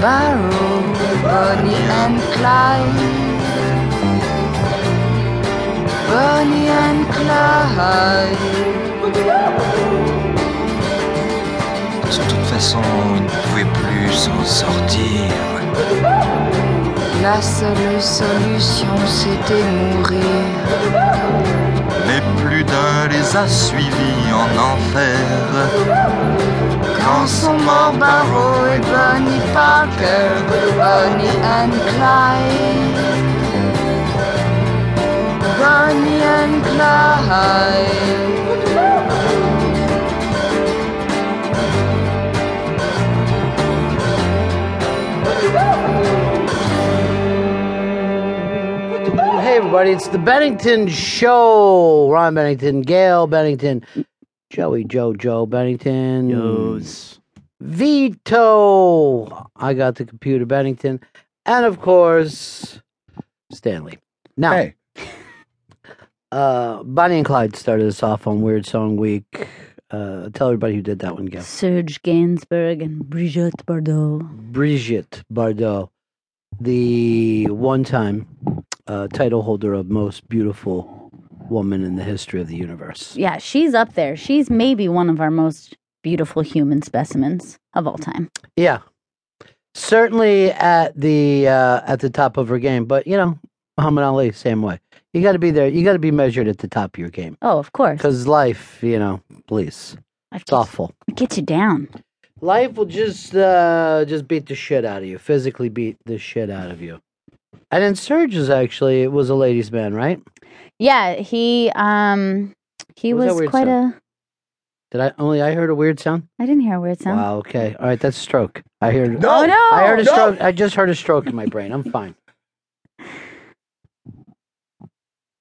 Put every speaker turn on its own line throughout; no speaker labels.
Barrow, Bonnie and Clyde. Bonnie and Clyde.
De toute façon, ils ne pouvaient plus s'en sortir.
La seule solution c'était mourir.
Mais plus d'un les a suivis en enfer.
Quand sont morts Barrow et Bonnie Parker, Bonnie and Clyde. Bonnie and Clyde.
Hey, everybody, it's the Bennington Show. Ron Bennington, Gail Bennington, Joey Joe Joe Bennington. Vito. I got the computer Bennington. And of course, Stanley. Now,
Hey,
uh, Bonnie and Clyde started us off on Weird Song Week. Uh, tell everybody who did that one, Gail.
Serge Gainsbourg and Brigitte Bardot.
Brigitte Bardot, the one time uh, title holder of Most Beautiful Woman in the History of the Universe.
Yeah, she's up there. She's maybe one of our most beautiful human specimens of all time.
Yeah. Certainly at the uh, at the top of her game, but you know, Muhammad Ali, same way. You got to be there. You got to be measured at the top of your game
Oh, of course.
because life, you know, please,
Life
it's awful.
gets- gets you down.
Life will just uh, just beat the shit out of you, physically beat the shit out of you. And in Surge's, actually, it was a ladies' man, right?
Yeah, he um he
What was that
was,
weird
quite
sound?
a
Did I only I heard a weird sound?
I didn't hear a weird sound.
Wow. Okay. All right. That's stroke. I heard.
No,
oh no.
I heard a
no.
stroke. I just heard a stroke in my brain. I'm fine.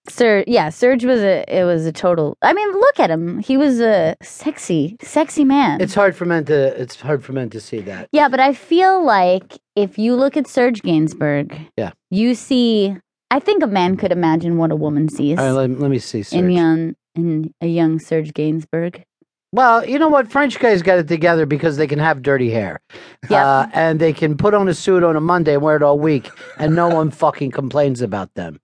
Sir, yeah, Serge was a it was a total. I mean, look at him. He was a sexy, sexy man.
It's hard for men to. It's hard for men to see that.
yeah, but I feel like if you look at Serge Gainsbourg,
Yeah.
you see. I think a man could imagine what a woman sees
All right. Let, let me see.
in
Serge.
young in a young Serge Gainsbourg.
Well, you know what? French guys got it together because they can have dirty hair.
Yep.
Uh, and they can put on a suit on a Monday and wear it all week, and no one fucking complains about them.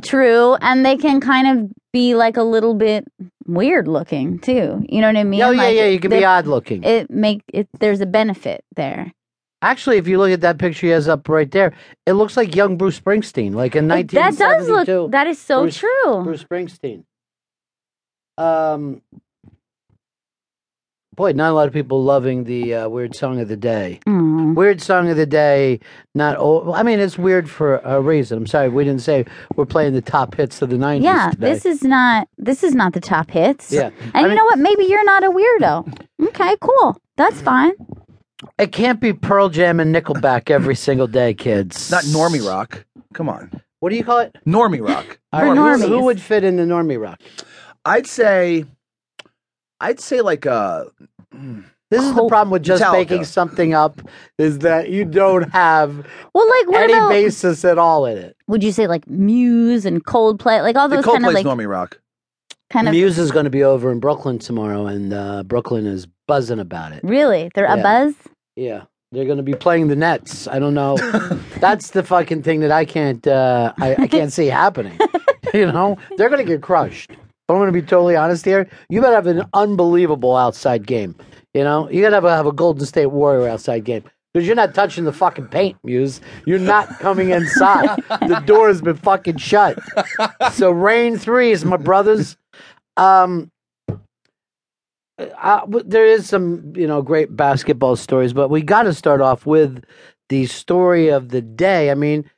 True, and they can kind of be like a little bit weird looking too. You know what I mean?
oh, yeah,
Like,
yeah. You can be
they're-
odd looking.
It make it. There's a benefit there.
Actually, if you look at that picture he has up right there, it looks like young Bruce Springsteen, like in
It- that
1972.
does look. That is so
Bruce-
true.
Bruce Springsteen. Um, boy, not a lot of people loving the uh, weird song of the day.
Aw.
Weird song of the day. Not old. I mean, it's weird for a reason. I'm sorry, we didn't say we're playing the top hits of the '90s.
Yeah,
today.
this is not this is not the top hits.
Yeah.
and
I
you
mean-
know what? Maybe you're not a weirdo. Okay, cool. That's fine.
It can't be Pearl Jam and Nickelback every single day, kids.
not normie rock. Come on,
What do you call it?
normie rock.
All right,
normies.
Who, who would fit in the normie rock?
I'd say, I'd say like uh
This is the
Cold
problem with just
Metallica.
making something up is that you don't have
Well, like what
any
about
basis at all in it.
would you say like Muse and Coldplay, like all
the
those kind of
Coldplay's
like
normie rock.
kind of
Muse is going to be over in Brooklyn tomorrow, and uh, Brooklyn is buzzing about it.
really they're
Yeah.
a buzz.
Yeah, they're going to be playing the Nets. I don't know. That's the fucking thing that I can't. Uh, I, I can't see happening. You know, they're going to get crushed. But I'm going to be totally honest here. You better have an unbelievable outside game. You know, you got to have a, have a Golden State Warrior outside game. Because you're not touching the fucking paint, Muse. You're not coming inside. the door has been fucking shut. So rain threes, my brothers. Um, I, w- there is some you know great basketball stories, but we got to start off with the story of the day. I mean,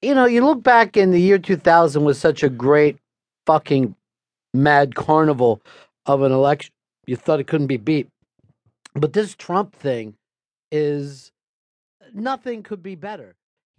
you know, you look back in the year 2000 was such a great fucking mad carnival of an election. You thought it couldn't be beat, but this Trump thing is nothing could be better.